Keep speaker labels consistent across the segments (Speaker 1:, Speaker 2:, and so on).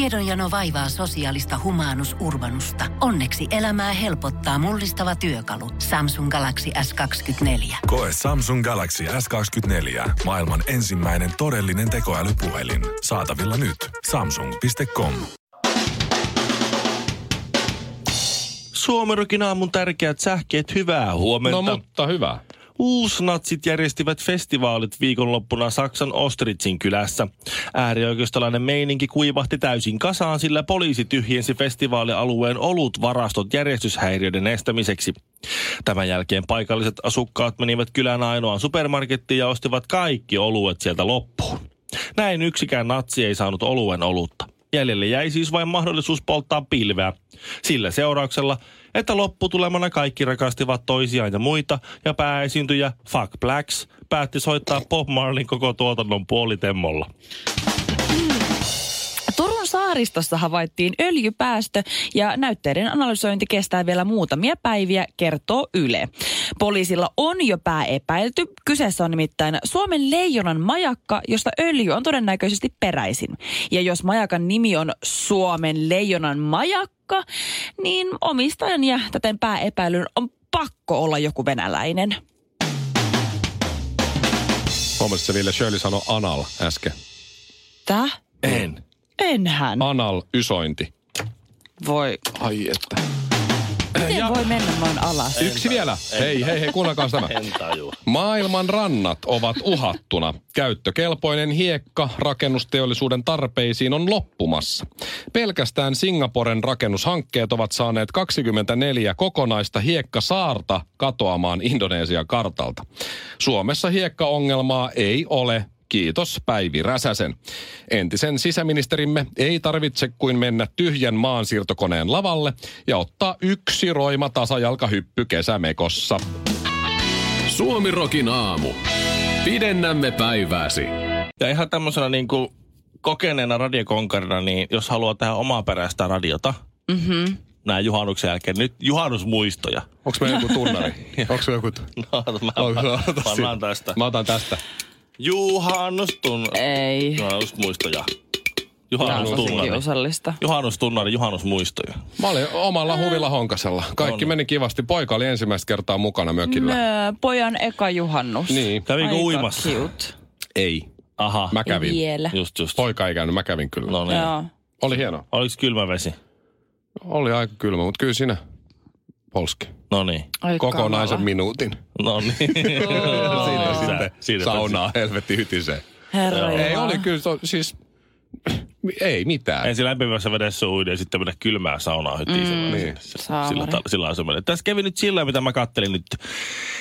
Speaker 1: Tiedonjano vaivaa sosiaalista humanus urbanusta. Onneksi elämää helpottaa mullistava työkalu. Samsung Galaxy S24.
Speaker 2: Koe Samsung Galaxy S24. Maailman ensimmäinen todellinen tekoälypuhelin. Saatavilla nyt. Samsung.com.
Speaker 3: Suomerokin aamun tärkeät sähkeet, hyvää huomenta.
Speaker 4: No mutta hyvä.
Speaker 3: Uusnatsit järjestivät festivaalit viikonloppuna Saksan Ostritsin kylässä. Äärioikeistolainen meininki kuivahti täysin kasaan, sillä poliisi tyhjensi festivaalialueen olutvarastot järjestyshäiriöiden estämiseksi. Tämän jälkeen paikalliset asukkaat menivät kylän ainoaan supermarkettiin ja ostivat kaikki oluet sieltä loppuun. Näin yksikään natsi ei saanut oluen olutta. Jäljelle jäi siis vain mahdollisuus polttaa pilveä. Sillä seurauksella, että lopputulemana kaikki rakastivat toisiaan ja muita, ja pääesiintyjä Fuck Blacks päätti soittaa Bob Marlin koko tuotannon puolitemmolla.
Speaker 5: Turun saaristossa havaittiin öljypäästö ja näytteiden analysointi kestää vielä muutamia päiviä, kertoo Yle. Poliisilla on jo pää epäilty. Kyseessä on nimittäin Suomen leijonan majakka, josta öljy on todennäköisesti peräisin. Ja jos majakan nimi on Suomen leijonan majakka, niin omistajan ja täten pääepäilyn on pakko olla joku venäläinen.
Speaker 4: Huomasitko Ville Shirley sanoi anal äsken?
Speaker 5: Täh?
Speaker 3: En.
Speaker 5: Enhän.
Speaker 4: Anal ysointi.
Speaker 5: Voi.
Speaker 4: Ai että.
Speaker 5: Miten
Speaker 3: Ja-
Speaker 5: voi mennä noin alas?
Speaker 4: Yksi vielä. Hei, hei, hei, kuunnelkaa tämä.
Speaker 3: En tajua.
Speaker 4: Maailman rannat ovat uhattuna. Käyttökelpoinen hiekka rakennusteollisuuden tarpeisiin on loppumassa. Pelkästään Singaporen rakennushankkeet ovat saaneet 24 kokonaista hiekkasaarta katoamaan Indonesian kartalta. Suomessa hiekkaongelmaa ei ole, Kiitos Päivi Räsäsen. Entisen sisäministerimme ei tarvitse kuin mennä tyhjän maansiirtokoneen lavalle ja ottaa yksi roima tasajalkahyppy kesämekossa.
Speaker 6: Suomi Rokin aamu. Pidennämme päivääsi.
Speaker 3: Ja ihan tämmöisenä niin kuin kokeneena radiokonkarina, niin jos haluaa tehdä omaa peräistä radiota, mm-hmm. näin juhannuksen jälkeen, nyt juhannusmuistoja.
Speaker 4: Onko meillä joku tunnari? Onko meillä joku...
Speaker 3: No, mä,
Speaker 4: Oh,
Speaker 3: mä,
Speaker 4: ota
Speaker 3: mä annan
Speaker 4: siitä.
Speaker 3: tästä.
Speaker 4: Mä otan tästä.
Speaker 3: Juhannustun...
Speaker 5: Ei.
Speaker 3: Juhannusmuistoja.
Speaker 5: Tää on tosi
Speaker 3: Juhannustunnari.
Speaker 5: kiusallista.
Speaker 3: Juhannustunnari, juhannusmuistoja.
Speaker 4: Mä olin omalla huvilla honkasella. Kaikki
Speaker 3: On.
Speaker 4: meni kivasti. Poika oli ensimmäistä kertaa mukana mökillä.
Speaker 5: Nö, pojan eka juhannus.
Speaker 4: Niin.
Speaker 3: Kävikö
Speaker 5: Aika
Speaker 3: uimassa?
Speaker 5: Cute.
Speaker 4: Ei.
Speaker 3: Aha.
Speaker 4: Mä kävin.
Speaker 5: Vielä.
Speaker 3: Just, just.
Speaker 4: Poika ei käynyt, mä kävin kyllä.
Speaker 3: No niin.
Speaker 5: Joo.
Speaker 4: Oli hieno.
Speaker 3: Oliks kylmä vesi?
Speaker 4: Oli aika kylmä, mutta kyllä sinä polski.
Speaker 3: No niin.
Speaker 5: Ai
Speaker 4: Kokonaisen
Speaker 5: kamala.
Speaker 4: minuutin.
Speaker 3: No niin.
Speaker 4: Siinä
Speaker 3: Sä-
Speaker 4: sitten
Speaker 3: siinä
Speaker 4: saunaa helvetti hytisee.
Speaker 5: Herra
Speaker 4: Ei
Speaker 5: Jumala.
Speaker 4: oli kyllä, se on- siis ei mitään.
Speaker 3: Ensin lämpimässä vedessä uida ja sitten mennä kylmään saunaan hytiin. Mm,
Speaker 4: Niin.
Speaker 5: Saamari.
Speaker 3: sillä, ta- sillä on semmoinen. Tässä kävi nyt sillä, mitä mä kattelin nyt,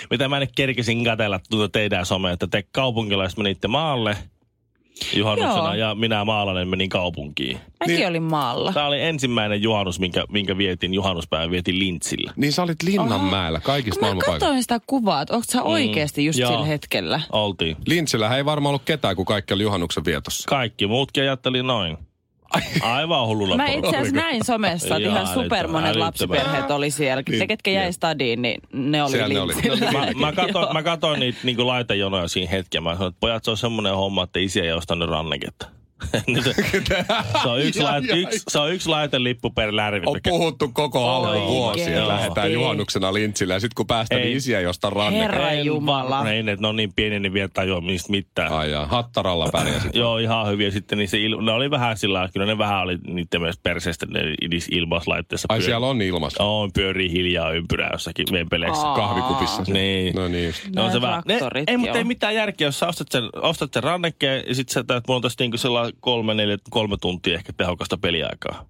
Speaker 3: mitä mä nyt kerkisin katella tuota teidän somea, että te kaupunkilaiset menitte maalle juhannuksena
Speaker 5: Joo.
Speaker 3: ja minä maalainen menin kaupunkiin.
Speaker 5: Mäkin olin maalla.
Speaker 3: Tämä oli ensimmäinen juhannus, minkä, minkä vietin juhannuspäivän, vietin Lintsillä.
Speaker 4: Niin sä olit Linnanmäellä
Speaker 3: siis
Speaker 4: kaikista
Speaker 5: Mä
Speaker 4: maailmanpaikoista.
Speaker 5: katsoin sitä kuvaa, että onko sä
Speaker 3: Mm.
Speaker 5: oikeasti just
Speaker 3: Joo.
Speaker 5: sillä hetkellä?
Speaker 3: Oltiin.
Speaker 4: Lintsillähän ei varmaan ollut ketään, kun kaikki oli juhannuksen vietossa.
Speaker 3: Kaikki muutkin ajatteli noin. Aivan hullulla
Speaker 5: Mä
Speaker 3: porukalla.
Speaker 5: itse asiassa näin somessa, että
Speaker 3: Ihan
Speaker 5: ihan supermonen
Speaker 3: älyttömän.
Speaker 5: lapsiperheet oli siellä. Se, ketkä jäi stadiin, niin ne oli
Speaker 4: Siellä ne oli.
Speaker 5: lintsillä.
Speaker 3: No, niin Mä, mä,
Speaker 5: Joo.
Speaker 3: katoin, mä katoin niitä niinku laitejonoja siinä hetken. Mä sanoin, että pojat, se on semmoinen homma, että isi ei ostanut ranneketta. Nyt se, se, on yksi, lait, yksi, se on yksi laitelippu per lärvi.
Speaker 4: On puhuttu koko alun
Speaker 5: Oikeesti.
Speaker 4: vuosia, että lähdetään
Speaker 5: Joo.
Speaker 4: juhannuksena Lintsille ja sitten kun päästään,
Speaker 3: Ei.
Speaker 4: niin isiä jostain
Speaker 5: Herra
Speaker 4: rannekkaan.
Speaker 5: Jumala.
Speaker 3: Ei, ne, ne on niin pieni, niin vielä tajua niistä mitään.
Speaker 4: Ai jaa, hattaralla pärjäsit.
Speaker 3: Joo, ihan hyviä sitten. Niin se il, ne oli vähän sillä lailla, kyllä ne vähän oli niiden myös perseestä ne niissä ilmauslaitteissa.
Speaker 4: Ai
Speaker 3: pyöri-
Speaker 4: siellä on ilmassa.
Speaker 3: On, pyörii hiljaa ympyrää jossakin vempeleissä.
Speaker 4: Kahvikupissa.
Speaker 3: Niin.
Speaker 4: No niin just.
Speaker 3: Ne on
Speaker 5: Noin
Speaker 3: se vähän, ne,
Speaker 5: traktorit,
Speaker 3: ei, mutta
Speaker 5: joo.
Speaker 3: ei mitään järkeä, jos sä ostat sen, ostat sen rannekkeen ja sit sä täät, mulla on tässä niinku sellainen kolme, neljä, kolme tuntia ehkä tehokasta peliaikaa.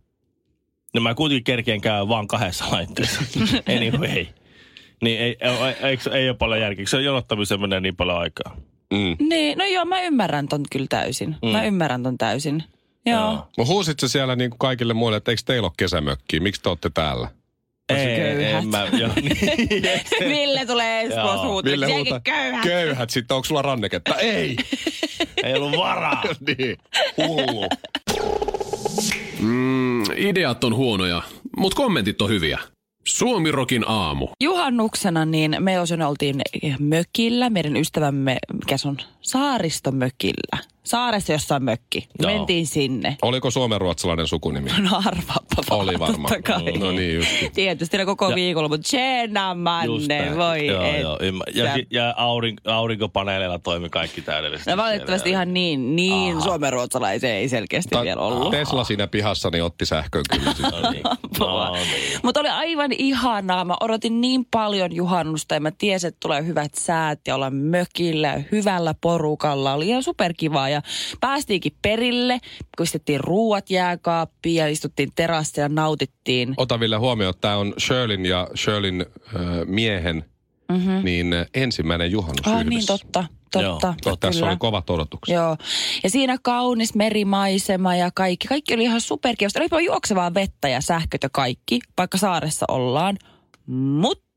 Speaker 3: No mä kuitenkin kerkeen käyn vaan kahdessa laitteessa. anyway. Niin ei, ei, ei, ei, ei ole paljon järkeä, se jonottamiseen menee niin paljon aikaa.
Speaker 4: Mm.
Speaker 5: Niin, no joo, mä ymmärrän ton kyllä täysin. Mä
Speaker 3: Mm.
Speaker 5: ymmärrän ton täysin. Joo.
Speaker 4: Mä huusit sä siellä niin kaikille muille, että eikö teillä ole kesämökkiä, miksi te olette täällä?
Speaker 3: Ei, ei,
Speaker 5: köyhät.
Speaker 3: en mä, joo, niin,
Speaker 5: Ville tulee Espoossa
Speaker 3: Joo.
Speaker 5: huutamaan.
Speaker 4: huutaa,
Speaker 5: Jäkin köyhä.
Speaker 4: köyhät, sitten onko sulla ranneketta? Ei!
Speaker 3: ei ollut varaa.
Speaker 4: niin.
Speaker 3: Hullu.
Speaker 6: Mm, ideat on huonoja, mutta kommentit on hyviä. Suomirokin aamu.
Speaker 5: Juhannuksena niin me osin oltiin mökillä, meidän ystävämme, mikä se on, saaristomökillä. Saaressa jossain mökki.
Speaker 3: Joo.
Speaker 5: Mentiin sinne.
Speaker 4: Oliko suomenruotsalainen sukunimi?
Speaker 5: No arvaappa vaan,
Speaker 4: Oli varmaan.
Speaker 5: totta kai.
Speaker 4: No niin just.
Speaker 5: Tietysti no koko
Speaker 3: Ja-
Speaker 5: viikolla, mutta Jenna
Speaker 3: Just
Speaker 5: Manne,
Speaker 3: näin.
Speaker 5: voi
Speaker 3: joo,
Speaker 5: et.
Speaker 3: joo, ymmär- ja,
Speaker 5: sä-
Speaker 3: si- ja aurin, aurinkopaneeleilla toimi kaikki täydellisesti.
Speaker 5: No valitettavasti
Speaker 3: siellä.
Speaker 5: ihan niin, niin suomenruotsalaisia ei selkeästi vielä ollut.
Speaker 4: Tesla siinä pihassa niin otti sähkön kyllä.
Speaker 3: No niin.
Speaker 5: apua.
Speaker 3: No niin.
Speaker 5: Mutta oli aivan ihanaa. Mä odotin niin paljon juhannusta ja mä tiesin, että tulee hyvät säät ja olla mökillä ja hyvällä porukalla. Oli ihan superkivaa ja päästiinkin perille. Pistettiin ruuat jääkaappiin ja istuttiin terassa ja nautittiin.
Speaker 4: Ota vielä huomioon, että tämä on Shirlin ja Shirlin äh, miehen mm-hmm. niin äh, ensimmäinen juhannus
Speaker 5: Ah,
Speaker 4: yhdessä.
Speaker 5: Mhm. niin totta, totta.
Speaker 3: Joo,
Speaker 4: Että Tässä
Speaker 5: kyllä.
Speaker 4: oli kovat odotukset.
Speaker 5: Joo. Ja siinä kaunis merimaisema ja kaikki. Kaikki oli ihan superkivasta. Olipa juoksevaa vettä ja sähköt ja kaikki, vaikka saaressa ollaan. Mutta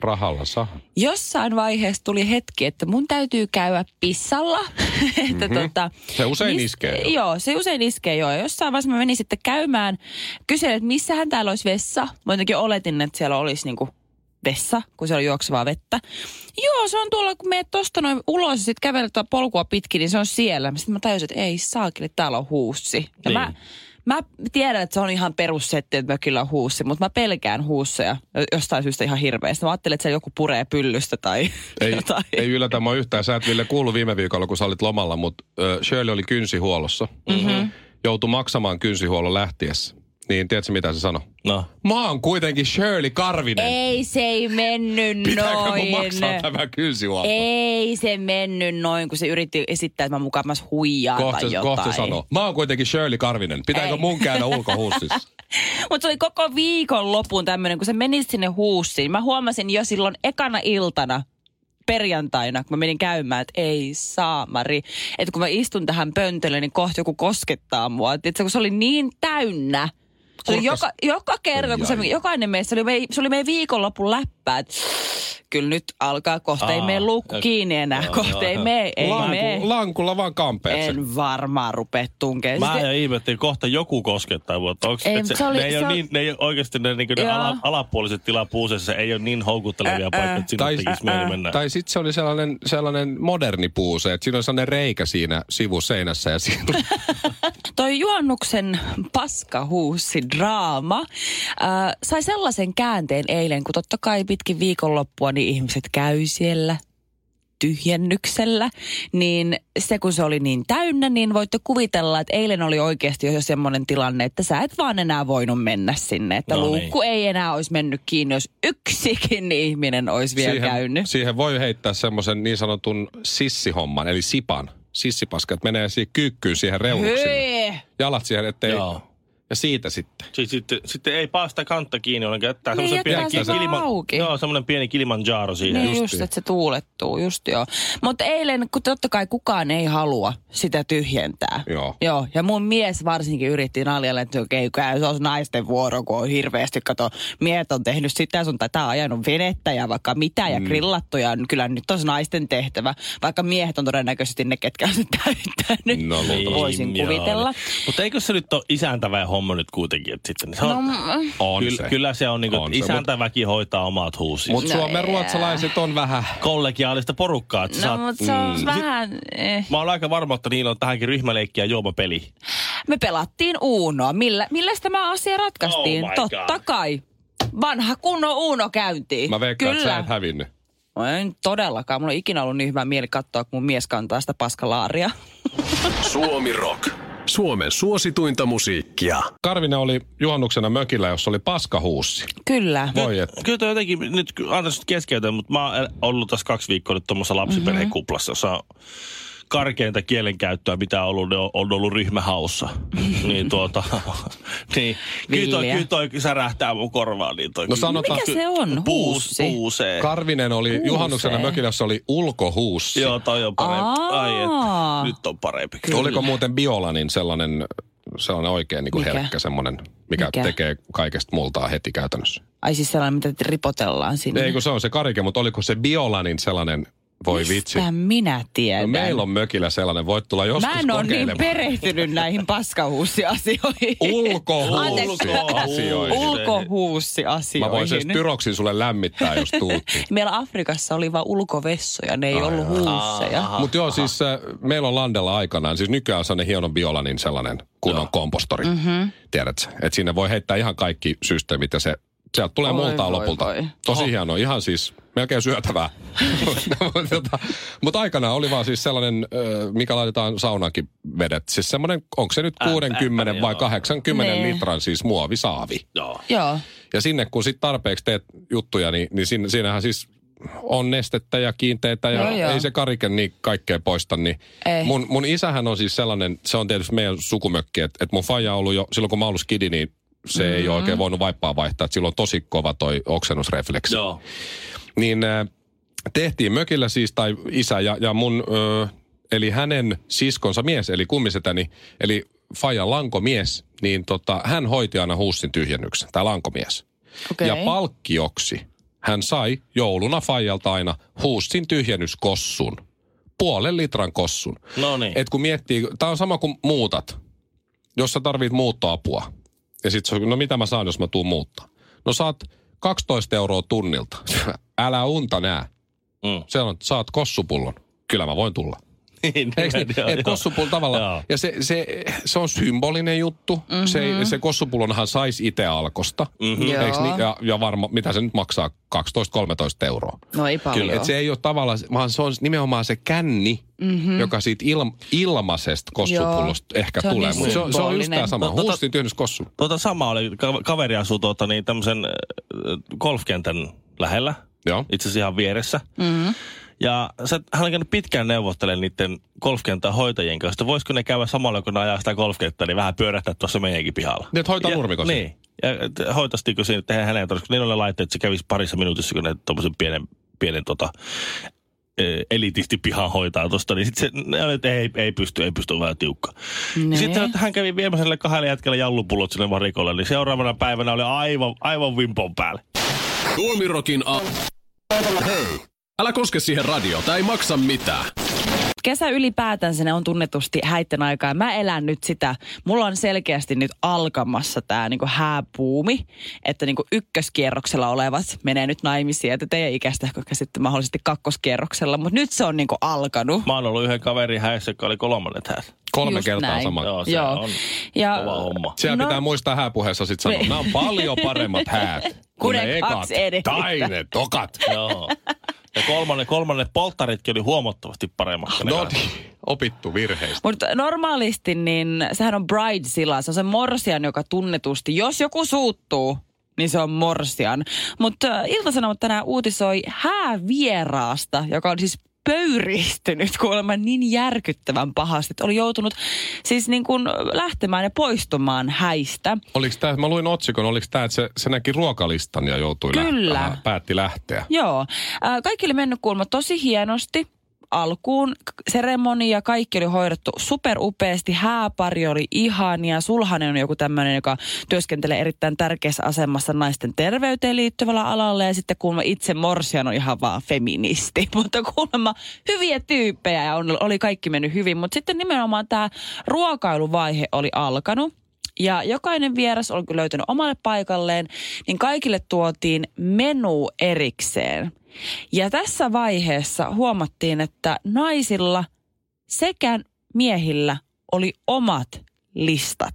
Speaker 4: Rahalla saa.
Speaker 5: jossain vaiheessa tuli hetki, että mun täytyy käydä pissalla. että tota,
Speaker 4: Mhm. Se usein iskee jo.
Speaker 5: Joo, se usein iskee joo. Ja Jossain vaiheessa mä menin sitten käymään, kyselin, että missähän täällä olisi vessa. Mä jotenkin oletin, että siellä olisi niinku vessa, kun siellä on juoksevaa vettä. Joo, se on tuolla, kun meet tosta noin ulos ja sitten kävelet tuota polkua pitkin, niin se on siellä. Sitten mä tajusin, että ei saakeli, täällä on huussi. Ja
Speaker 3: Niin.
Speaker 5: mä, mä tiedän, että se on ihan perussetti, että mökillä on huussi, mutta mä pelkään huusseja jo- jostain syystä ihan hirveästi. Mä ajattelin, että siellä joku puree pyllystä tai
Speaker 4: Ei,
Speaker 5: jotain.
Speaker 4: ei yllätä mua yhtään. Sä et Ville kuullut viime viikolla, kun sä olit lomalla, mutta ö, Shirley oli kynsihuollossa.
Speaker 5: Mhm.
Speaker 4: Mm-hmm. Joutui maksamaan kynsihuollon lähtiessä. Niin tiedätkö mitä se sanoi?
Speaker 3: No,
Speaker 4: Mä oon kuitenkin Shirley Karvinen.
Speaker 5: Ei, se ei mennyt
Speaker 4: Pitääkö
Speaker 5: noin.
Speaker 4: mun maksaa tämä kynsihuolto?
Speaker 5: Ei se mennyt noin, kun se yritti esittää, että mä mukamas huijaan
Speaker 4: Kohta,
Speaker 5: tai jotain.
Speaker 4: kohta sano. Mä oon kuitenkin Shirley Karvinen. Pitääkö
Speaker 5: Ei.
Speaker 4: mun käydä ulkohuussissa?
Speaker 5: Mutta se oli koko viikon lopun tämmöinen, kun se meni sinne huussiin. Mä huomasin jo silloin ekana iltana, perjantaina, kun mä menin käymään, että ei saamari. Että kun mä istun tähän pöntölle, niin kohta joku koskettaa mua. Et se, kun se oli niin täynnä. Se oli
Speaker 4: Kurkas-
Speaker 5: joka, joka kerta, kun se, jokainen meistä, se oli, mei, se oli meidän viikonlopun läppää, että kyllä nyt alkaa, kohta ei
Speaker 3: Aa,
Speaker 5: mene luukku
Speaker 3: ja-
Speaker 5: kiinni enää,
Speaker 3: joo,
Speaker 5: kohta
Speaker 3: joo,
Speaker 5: ei
Speaker 3: joo.
Speaker 5: mene, ei mene.
Speaker 4: Lanku, lankulla vaan kampeeksi.
Speaker 5: En varmaan rupea tunkemaan.
Speaker 3: mä
Speaker 5: Sitten-
Speaker 3: jo ihmettelin, kohta joku koskettaa mua. että onks-
Speaker 5: Ei,
Speaker 3: et
Speaker 5: mut
Speaker 3: se-
Speaker 5: se oli-
Speaker 3: Ne ei
Speaker 5: se
Speaker 3: ole
Speaker 5: on-
Speaker 3: niin, ne ei ole oikeasti ne, niin ne
Speaker 5: Joo.
Speaker 3: ala, alapuoliset tilapuusessa ei ole niin houkuttelevia paikkoja, että sinne
Speaker 4: Tai-
Speaker 3: tekisi mieli mennä.
Speaker 4: Tai sitten se oli sellainen, sellainen moderni puuse, että siinä on sellainen reikä siinä sivuseinässä ja siinä tuli
Speaker 5: Toi juhannuksen paskahuussi-draama äh, sai sellaisen käänteen eilen, kun totta kai pitkin viikonloppua niin ihmiset käy siellä tyhjennyksellä, niin se kun se oli niin täynnä, niin voitte kuvitella, että eilen oli oikeasti jo semmoinen tilanne, että sä et vaan enää voinut mennä sinne. Että
Speaker 3: No niin.
Speaker 5: luukku ei enää olisi mennyt kiinni, jos yksikin ihminen olisi vielä
Speaker 4: siihen,
Speaker 5: käynyt.
Speaker 4: siihen voi heittää semmoisen niin sanotun sissihomman, eli sipan. Sissipaska, että menee siihen kyykkyyn siihen reunuksille.
Speaker 5: Hyi!
Speaker 4: Jalat siihen, ettei...
Speaker 3: Joo.
Speaker 4: Ja siitä sitten.
Speaker 3: Siis sitten, sitten ei paa sitä kantta kiinni ollenkaan. Jättää
Speaker 5: Niin,
Speaker 3: semmosen
Speaker 5: jättää
Speaker 4: sen
Speaker 3: pienen
Speaker 4: vaan
Speaker 5: auki.
Speaker 3: Joo, semmoinen pieni Kilimanjaro siihen.
Speaker 5: Niin just, että se tuulettuu, just joo. Mutta eilen, kun totta kai kukaan ei halua sitä tyhjentää.
Speaker 4: Joo.
Speaker 5: Joo, ja mun mies varsinkin yritti naljalle, että okei, käy, se on naisten vuoro, kun on hirveästi, kato, miehet on tehnyt sitä sun tätä, ajanut venettä ja vaikka mitä
Speaker 4: Mm.
Speaker 5: ja grillattu, ja n- kyllä nyt on se naisten tehtävä, vaikka miehet on todennäköisesti ne, ketkä on sen täyttänyt.
Speaker 4: No luultavasti.
Speaker 5: Voisin kuvitella.
Speaker 3: Niin, Mutta eikö se nyt ole isäntävä homma nyt kuitenkin? Että sitten, se
Speaker 5: No,
Speaker 3: on,
Speaker 4: On
Speaker 3: kyllä,
Speaker 4: se.
Speaker 3: kyllä se on, niin kuin,
Speaker 4: On
Speaker 3: on
Speaker 4: se, mut-
Speaker 3: isäntäväki hoitaa omat huusinsa.
Speaker 5: No
Speaker 4: Mutta suomen ruotsalaiset on vähän...
Speaker 3: kollegiaalista porukkaa. Että
Speaker 5: No,
Speaker 3: saat,
Speaker 5: mutta se
Speaker 4: mm.
Speaker 5: on vähän... Eh.
Speaker 3: Mä oon aika varma, että niillä on tähänkin ryhmäleikki ja juomapeli.
Speaker 5: Me pelattiin Uunoa. Millä, milläs tämä asia ratkaistiin?
Speaker 3: Oh my
Speaker 5: Totta
Speaker 3: God.
Speaker 5: kai. Vanha kunnon Uuno käyntiin.
Speaker 4: Mä veikkaan, että sä
Speaker 5: Kyllä.
Speaker 4: et hävinnyt.
Speaker 5: Mä en todellakaan. Mulla ei ikinä ollut niin hyvä mieli katsoa, kun mun mies kantaa sitä paskalaaria.
Speaker 6: Suomi Rock. Suomen suosituinta musiikkia.
Speaker 4: Karvinen oli juhannuksena mökillä, jossa oli paskahuussi.
Speaker 5: Kyllä.
Speaker 4: Voi et.
Speaker 3: Kyllä toi jotenkin, nyt ky- anteeksi nyt keskeytän, mutta mä oon ollut tässä kaksi viikkoa nyt tuommoisessa
Speaker 5: Mm-hmm.
Speaker 3: lapsiperhekuplassa, jossa on karkeinta kielenkäyttöä, mitä on ollut, ne on, on ollut ryhmähaussa. niin tuota, niin, kyllä toi,
Speaker 5: Mm-hmm. Villiä.
Speaker 3: kyllä toi särähtää mun korvaan. Niin toi,
Speaker 4: No sanotaan,
Speaker 5: Mikä se on?
Speaker 3: Puus,
Speaker 5: Huussi?
Speaker 3: puusee.
Speaker 4: Karvinen oli
Speaker 5: Kuusee.
Speaker 4: juhannuksena mökillä, jossa oli ulkohuussi.
Speaker 3: Joo, toi on parempi. Ai,
Speaker 5: Aa.
Speaker 3: et, nyt on parempi.
Speaker 4: Oliko muuten Biolanin sellainen, sellainen oikein niin kuin
Speaker 5: Mikä?
Speaker 4: herkkä semmoinen, mikä,
Speaker 5: Mikä?
Speaker 4: mikä, tekee kaikesta multaa heti käytännössä?
Speaker 5: Ai siis sellainen, mitä ripotellaan sinne.
Speaker 4: Ei kun se on se karike, mutta oliko se Biolanin sellainen Voi
Speaker 5: Mistä
Speaker 4: vitsi.
Speaker 5: minä
Speaker 4: No,
Speaker 5: tiedän?
Speaker 4: meillä on mökillä sellainen, voit tulla joskus
Speaker 5: Mä en ole niin
Speaker 4: kokeilemaan.
Speaker 5: perehtynyt näihin paskahuusiasioihin. Anteeksi.
Speaker 4: Ulkohuusiasioihin. Mä
Speaker 5: Ulkohuusiasioihin.
Speaker 4: voin siis sen pyroksi sulle lämmittää, jos tuut.
Speaker 5: Meillä Afrikassa oli vain ulkovessoja, ne ei
Speaker 4: Ai,
Speaker 5: ollut
Speaker 4: ai.
Speaker 5: huusseja.
Speaker 4: Mutta joo, siis äh, meillä on Landella aikanaan, siis nykyään on sellainen hienon biolanin sellainen kunnon kompostori. Mm-hmm. Tiedätkö? Että sinne voi heittää ihan kaikki systeemit ja se, sieltä tulee
Speaker 5: Oi,
Speaker 4: multaa
Speaker 5: voi,
Speaker 4: lopulta.
Speaker 5: voi.
Speaker 4: Tosi hieno, ihan siis melkein syötävää. Mutta aikanaan oli vaan siis sellainen, äh, mikä laitetaan saunaankin vedet. Siis semmoinen, onko se nyt
Speaker 3: Äm-
Speaker 4: 60
Speaker 3: ämpäri,
Speaker 4: vai
Speaker 3: joo.
Speaker 4: 80
Speaker 5: Nee.
Speaker 4: litran siis muovisaavi.
Speaker 3: Joo.
Speaker 5: Joo.
Speaker 4: Ja sinne kun sit tarpeeksi teet juttuja, niin, niin siinä, siinähän siis on nestettä ja kiinteitä ja
Speaker 5: No Joo, joo.
Speaker 4: ei se karike niin kaikkea poista. Niin
Speaker 5: Ei.
Speaker 4: mun, mun isähän on siis sellainen, se on tietysti meidän sukumökki, että et mun faija on ollut jo silloin kun mä ollut skidi, niin se
Speaker 5: Mm.
Speaker 4: mm-hmm. ei ole oikein voinut vaippaa vaihtaa. että Sillä on tosi kova toi oksennusrefleksi.
Speaker 3: Joo.
Speaker 4: Niin äh, tehtiin mökillä siis, tai isä ja, ja mun, ö, eli hänen siskonsa mies, eli kummisetäni, eli Fajan lankomies, niin tota, hän hoiti aina huussin tyhjennyksen, tämä lankomies.
Speaker 5: Okei.
Speaker 4: Ja palkkioksi hän sai jouluna Fajalta aina huussin tyhjennyskossun, puolen litran kossun.
Speaker 3: No niin.
Speaker 4: Et kun miettii, tämä on sama kuin muutat, jos sä tarvit muuttoapua. Ja sit se on, no mitä mä saan, jos mä tuun muuttaa? No saat 12 euroa tunnilta. Älä unta nää.
Speaker 3: Mm.
Speaker 4: Se on, saat kossupullon. Kyllä mä voin tulla.
Speaker 3: Niin,
Speaker 4: Eikö niin?
Speaker 3: joo,
Speaker 4: Et
Speaker 3: joo.
Speaker 4: kossupull tavallaan.
Speaker 3: Joo.
Speaker 4: Ja se, se, se on symbolinen juttu. Mm-hmm. Se, se kossupullonhan saisi itse alkosta.
Speaker 3: Mhm.
Speaker 4: Mm-hmm.
Speaker 5: Joo.
Speaker 4: Niin? Ja, ja varma, mitä se nyt maksaa? 12-13 euroa.
Speaker 5: No ei paljon.
Speaker 4: Et Niin, se ei ole tavallaan, vaan se on nimenomaan se känni, mm-hmm. joka siitä ilma, ilmaisesta kossupullosta ehkä
Speaker 5: Mhm. Se on
Speaker 4: tulee.
Speaker 5: niin
Speaker 4: Mut se, on- se on just
Speaker 5: symbolinen.
Speaker 4: tämä sama.
Speaker 3: No, tota-
Speaker 4: Huustin tyhjennys kossu.
Speaker 3: Tuota sama oli, ka- kaveri asuu tuota, niin tämmöisen äh, golfkentän lähellä,
Speaker 4: Joo.
Speaker 3: itse asiassa ihan vieressä.
Speaker 5: Mm-hmm.
Speaker 3: Ja sä, hän on käynyt pitkään neuvottelemaan niiden golfkentän hoitajien kanssa, että voisiko ne käydä samalla, kun ne ajaa sitä golfkenttää, niin vähän pyörähtää tuossa meidänkin pihalla.
Speaker 4: Niin, et hoitaa
Speaker 3: Ja-
Speaker 4: nurmikossa.
Speaker 3: Niin. Ja et hoitaisitko siinä, että hänen ei tarvitse, kun niillä oli laitteet, että se kävisi parissa minuutissa, kun ne tuommoisen pienen, pienen tota, ö, elitisti pihan hoitaa tuosta, niin sitten ne oli, että ei, ei pysty, ei pysty, on vähän tiukka.
Speaker 5: Nee.
Speaker 3: Ja sitten hän kävi viemäiselle kahdelle jätkelle jallupullot sinne varikolle, niin seuraavana päivänä oli aivan, aivan vimpon päällä.
Speaker 6: Tuomirokin a... Hei! Älä koske siihen radio, tää ei maksa mitään.
Speaker 5: Kesä ylipäätänsä ne on tunnetusti häitten aikaa. ja Mä elän nyt sitä. Mulla on selkeästi nyt alkamassa tää niinku hääpuumi, että niinku ykköskierroksella olevat menee nyt naimisiin. Että teidän ikäistä ehkä sitten mahdollisesti kakkoskierroksella, mutta nyt se on niinku alkanut.
Speaker 3: Mä oon ollut yhden kaverin häissä, joka oli kolmannet häissä.
Speaker 4: Kolme
Speaker 5: Just
Speaker 4: kertaa
Speaker 5: näin.
Speaker 4: sama.
Speaker 3: Joo, se
Speaker 5: Joo.
Speaker 3: on
Speaker 5: Ja-
Speaker 3: kova homma.
Speaker 4: Siellä
Speaker 5: No.
Speaker 4: pitää muistaa hääpuheessa sitten sanoa,
Speaker 5: Niin.
Speaker 4: nämä on paljon paremmat häät
Speaker 5: Kun
Speaker 4: kuin
Speaker 5: ne
Speaker 4: ne ekat
Speaker 5: kaksi edellistä.
Speaker 4: tai ne tokat.
Speaker 3: Joo. Ja kolmannen, kolmannen polttaritkin oli huomattavasti paremmat. kuin ne
Speaker 4: No
Speaker 3: kaksi.
Speaker 4: niin, opittu virheistä.
Speaker 5: Mutta normaalisti niin sehän on bridezilla, se on se morsian, joka tunnetusti, jos joku suuttuu, niin se on morsian. Mutta Ilta-Sanomat tänään uutisoi häävieraasta, joka on siis pöyristynyt kuulemma niin järkyttävän pahasti, että oli joutunut siis niin kuin lähtemään ja poistumaan häistä.
Speaker 4: Oliko tää, mä luin otsikon, oliko tämä, että se, se näki ruokalistan ja joutui
Speaker 5: Kyllä.
Speaker 4: lähteä, päätti lähteä.
Speaker 5: Joo. Äh, Kaikki oli mennyt kuulemma tosi hienosti alkuun. K- Seremonia, kaikki oli hoidettu superupeasti. Hääpari oli ihania. Sulhanen on joku tämmöinen, joka työskentelee erittäin tärkeässä asemassa naisten terveyteen liittyvällä alalla. Ja sitten kuulemma itse Morsian on ihan vaan feministi. Mutta kuulemma hyviä tyyppejä ja on, oli kaikki mennyt hyvin. Mutta sitten nimenomaan tämä ruokailuvaihe oli alkanut. Ja jokainen vieras oli kyllä löytänyt omalle paikalleen, niin kaikille tuotiin menu erikseen. Ja tässä vaiheessa huomattiin, että naisilla sekä miehillä oli omat listat.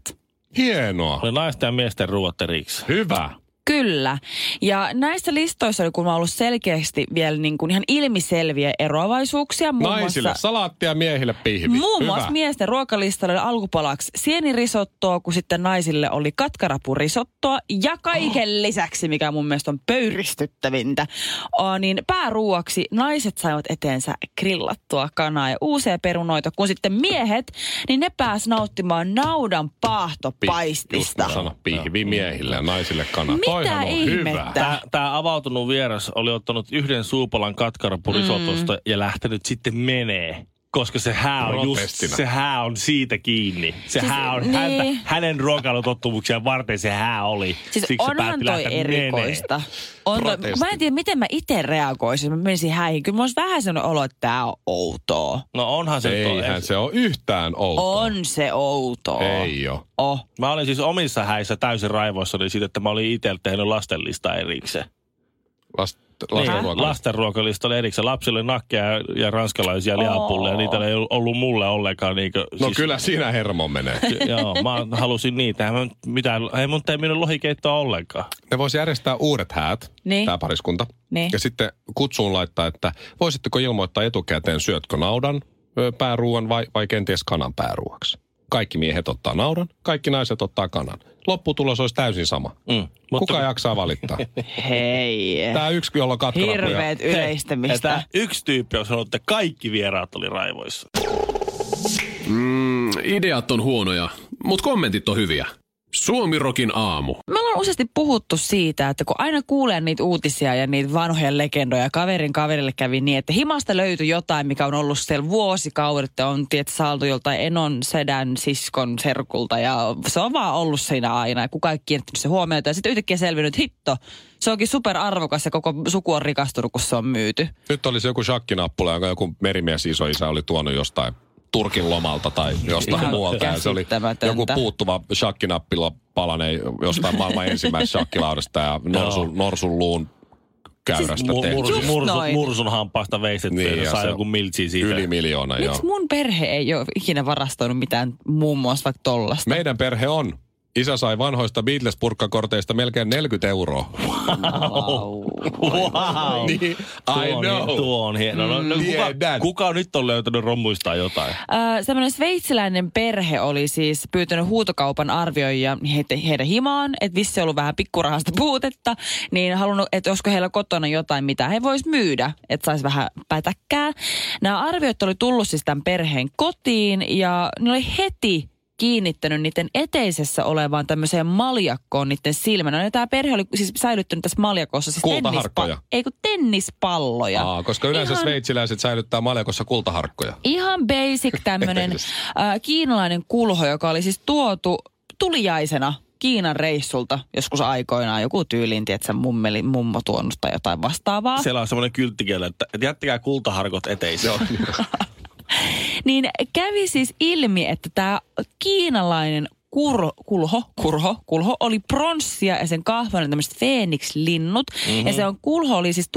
Speaker 4: Hienoa.
Speaker 3: Oli naisten ja miesten ruuat erikseen.
Speaker 4: Hyvä.
Speaker 5: Kyllä. Ja näissä listoissa oli kuulemma ollut selkeästi vielä niin kuin ihan ilmiselviä eroavaisuuksia. muun muassa-
Speaker 4: Naisille salaattia, miehille pihvi.
Speaker 5: Muun
Speaker 4: Hyvä.
Speaker 5: muassa miesten ruokalistalle oli alkupalaksi sienirisottoa, kun sitten naisille oli katkarapurisottoa. Ja
Speaker 4: Oh.
Speaker 5: kaiken lisäksi, mikä mun mielestä on pöyristyttävintä, on, niin pääruuaksi naiset saivat eteensä grillattua kanaa ja uusia perunoita, kun sitten miehet, niin ne pääs nauttimaan naudan
Speaker 4: Just mä
Speaker 5: paahtopaistista.
Speaker 4: sanon, pihvi miehille ja naisille kana.
Speaker 5: Mitä
Speaker 4: Toihan on hyvä.
Speaker 5: ihmettä?
Speaker 3: Tää, tää avautunut vieras oli ottanut yhden suupalan katkarapurisottosta mm. ja lähtenyt sitten menee koska se hää on, just,
Speaker 4: Protestina.
Speaker 3: se hää on siitä kiinni. Se
Speaker 5: Siis,
Speaker 3: siis, hää on
Speaker 5: niin.
Speaker 3: niin. häntä, hänen ruokailutottumuksiaan varten se hää oli.
Speaker 5: Siis
Speaker 3: Siksi se
Speaker 5: onhan
Speaker 3: päätti
Speaker 5: toi
Speaker 3: lähteä
Speaker 5: erikoista. On toi,
Speaker 4: Protesti.
Speaker 5: mä en tiedä, miten mä itse reagoisin. Mä menisin häihin. Kyllä mulla olisi vähän sellainen olo, että tää on outoa.
Speaker 3: menee. No onhan se toi.
Speaker 4: Eihän se on yhtään outoa.
Speaker 5: On se outoa.
Speaker 4: Ei oo.
Speaker 5: Oh.
Speaker 3: Mä olin siis omissa häissä täysin raivoissani siitä, että mä olin itse tehnyt lastenlista erikseen.
Speaker 4: Last,
Speaker 3: Niin,
Speaker 4: lastenruoka.
Speaker 3: lastenruokalista oli erikseen. Lapsille nakkeja ja ranskalaisia lihapulleja.
Speaker 5: Oo.
Speaker 3: Niitä ei ollut mulle ollenkaan. Niin kuin,
Speaker 4: No kyllä siinä hermo menee.
Speaker 3: Joo, mä halusin niitä. Eihän Mä, nyt mitään, ei mun tee minun lohikeittoa ollenkaan.
Speaker 4: Ne voisi järjestää uudet häät,
Speaker 5: Niin.
Speaker 4: tämä pariskunta.
Speaker 5: Niin.
Speaker 4: Ja sitten kutsuun laittaa, että voisitteko ilmoittaa etukäteen, syötkö naudan ö, pääruuan vai, vai kenties kanan pääruuaksi. Kaikki miehet ottaa naudan, kaikki naiset ottaa kanan. Lopputulos olisi täysin sama.
Speaker 3: Mm,
Speaker 4: Mutta Kuka jaksaa valittaa?
Speaker 5: Hei.
Speaker 4: Tämä yksi, jolla on katkarapuja.
Speaker 5: Hirveet
Speaker 3: Hei,
Speaker 5: yleistämistä.
Speaker 3: että Yksi tyyppi on sanonut, että kaikki vieraat oli raivoissa.
Speaker 6: Mm, ideat on huonoja, mutta kommentit on hyviä. Suomirokin aamu.
Speaker 5: Me ollaan useasti puhuttu siitä, että kun aina kuulee niitä uutisia ja niitä vanhoja legendoja, kaverin kaverille kävi niin, että himasta löytyi jotain, mikä on ollut siellä vuosikaudet, että on tietysti saatu joltain enon, sedän, siskon, serkulta ja se on vaan ollut siinä aina ja kukaan ei kiinnittänyt se huomiota ja sitten yhtäkkiä selvinnyt, että hitto, se onkin superarvokas ja koko suku on rikastunut, kun se on myyty.
Speaker 4: Nyt olisi joku shakkinappula, jonka joku merimies isoisä oli tuonut jostain Turkin lomalta tai jostain
Speaker 5: Ihan
Speaker 4: muualta. Ja se oli
Speaker 5: käsittämätöntä.
Speaker 4: joku puuttuva shakkinappila palane jostain maailman ensimmäisestä shakkilaudasta ja norsun, norsun luun käyrästä
Speaker 3: Siis Mu-
Speaker 4: tehty.
Speaker 3: mursun,
Speaker 5: Just
Speaker 3: mursun,
Speaker 5: noin.
Speaker 3: mursun hampaasta veistetty
Speaker 4: Niin,
Speaker 3: niin,
Speaker 4: ja
Speaker 3: ja
Speaker 4: se
Speaker 3: sai joku miltsi siitä.
Speaker 4: Yli miljoona, joo.
Speaker 5: Miksi mun perhe ei ole ikinä varastoinut mitään muun muassa vaikka tollasta?
Speaker 4: Meidän perhe on. Isä sai vanhoista Beatles-purkkakorteista melkein 40 euroa.
Speaker 3: Wow.
Speaker 4: Niin,
Speaker 3: Tuo
Speaker 4: I
Speaker 3: on,
Speaker 4: know. Mm.
Speaker 3: hie- tuo on hieno. No, no, kuka,
Speaker 4: Tiedän.
Speaker 3: kuka nyt on löytänyt rommuista jotain?
Speaker 5: Ö, semmoinen sveitsiläinen perhe oli siis pyytänyt huutokaupan arvioijia heitä- heidän himaan, että vissi on ollut vähän pikkurahasta puutetta, niin halunnut, että olisiko heillä kotona jotain, mitä he vois myydä, että saisi vähän pätäkkää. Nämä arviot oli tullut siis tämän perheen kotiin ja ne oli heti kiinnittänyt niiden eteisessä olevaan tämmöiseen maljakkoon niiden silmänä. Ja tämä perhe oli siis säilyttänyt tässä maljakossa siis
Speaker 4: Kultaharkkoja.
Speaker 5: tennispa- ei kun tennispalloja.
Speaker 4: Aa, koska yleensä
Speaker 5: Ihan-
Speaker 4: sveitsiläiset säilyttää maljakossa kultaharkkoja.
Speaker 5: Ihan basic tämmönen
Speaker 4: Yes.
Speaker 5: äh, kiinalainen kulho, joka oli siis tuotu tuliaisena Kiinan reissulta joskus aikoinaan. Joku tyyliin, tietsä, mummeli, mummo tuonut tai jotain vastaavaa.
Speaker 3: Siellä on semmoinen kylttikielä, että että jättäkää kultaharkot eteisiin.
Speaker 5: Niin kävi siis ilmi, että tämä kiinalainen kur, kulho, kurho, kulho oli pronssia ja sen kahvan oli tämmöiset Phoenix-linnut. Mm-hmm. Ja se on kulho oli siis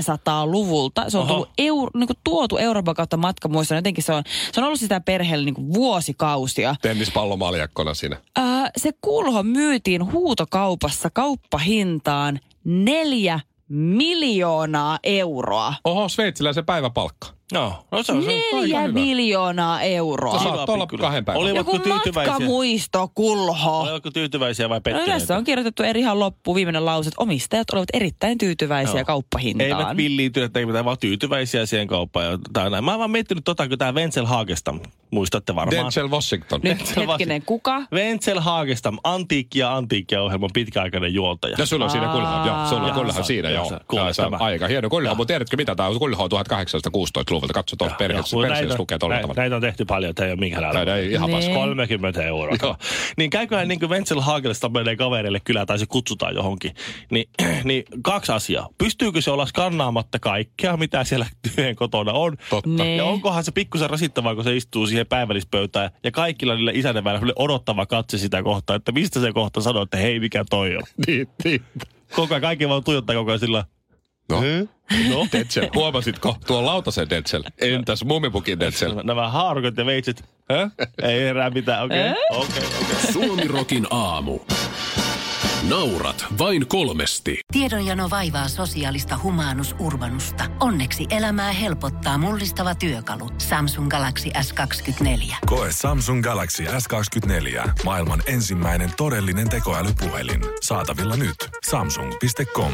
Speaker 5: 1700-luvulta. Se on
Speaker 3: Oho.
Speaker 5: tullut eur, niin kuin tuotu Euroopan kautta matkamuissa. Jotenkin se on, se on ollut sitä perheelle niin kuin vuosikausia.
Speaker 4: Tennispallomaljakkona siinä.
Speaker 5: Äh, se kulho myytiin huutokaupassa kauppahintaan neljä miljoonaa euroa.
Speaker 4: Oho, sveitsiläisen päiväpalkka.
Speaker 3: No, no se on se.
Speaker 5: Neljä miljoonaa
Speaker 4: No
Speaker 5: euroa.
Speaker 4: saa- Saat
Speaker 3: Kiva
Speaker 4: olla
Speaker 3: pikku-
Speaker 4: kahden päivän.
Speaker 5: Joku
Speaker 3: Olivatko tyytyväisiä?
Speaker 5: matkamuisto kulho.
Speaker 3: Oletko tyytyväisiä vai
Speaker 5: No
Speaker 3: pettyneitä?
Speaker 5: tässä on kirjoitettu eri ihan loppu viimeinen lause, että omistajat olivat erittäin tyytyväisiä
Speaker 3: Joo.
Speaker 5: kauppahintaan.
Speaker 3: Eivät villiintyneet, ei mitään, vaan tyytyväisiä siihen kauppaan. Ja, tai näin. Mä oon vaan miettinyt tota, kun tää Wenzel Haagestam, muistatte varmaan.
Speaker 4: Denzel Washington.
Speaker 5: Nyt hetkinen, kuka?
Speaker 3: Wenzel Haagestam, antiikki ja antiikkia ohjelman pitkäaikainen juontaja.
Speaker 4: No sulla on siinä kulhaa, joo. Sulla on
Speaker 3: Jaa.
Speaker 4: kulhaa siinä,
Speaker 3: Jaa,
Speaker 4: joo.
Speaker 3: se-
Speaker 4: Jaa, se on
Speaker 3: kuulostava.
Speaker 4: aika hieno kulhaa, mutta tiedätkö mitä? Tämä on kulhaa 1816-luvulta. Katso tuossa perheessä,
Speaker 3: kun
Speaker 4: perheessä siis lukee tuolla
Speaker 3: näitä,
Speaker 4: tavalla.
Speaker 3: näitä on tehty paljon, että ei ole minkäänlainen.
Speaker 4: Näitä ei ihan paska.
Speaker 5: Niin.
Speaker 3: 30 euroa.
Speaker 4: Joo.
Speaker 3: Niin käyköhän niin kuin Wenzel Haagelsta menee kavereille kylään tai se kutsutaan johonkin. Ni, niin kaksi asiaa. Pystyykö se olla skannaamatta kaikkea, mitä siellä työn kotona on?
Speaker 4: Totta.
Speaker 5: Niin.
Speaker 3: Ja onkohan se pikkusen rasittavaa, kun se istuu siihen päivällispöytään ja kaikilla niillä isänä välillä odottava katse sitä kohtaa, että mistä se kohta sanoo, että hei, mikä toi on.
Speaker 4: Niin, niin.
Speaker 3: Koko ajan kaikki vaan tuijottaa koko ajan sillä
Speaker 4: No,
Speaker 3: no.
Speaker 4: Denzel, huomasitko? Tuo on lautasen Denzel. Entäs mumipukin Denzel?
Speaker 3: Nämä haarukot ja veitset, Hä? ei herää mitään, okei. Okay. Okay.
Speaker 6: Suomirokin aamu. Naurat vain kolmesti.
Speaker 1: Tiedonjano vaivaa sosiaalista humanus urbanusta. Onneksi elämää helpottaa mullistava työkalu. Samsung Galaxy S24.
Speaker 2: Koe Samsung Galaxy S24. Maailman ensimmäinen todellinen tekoälypuhelin. Saatavilla nyt. Samsung.com.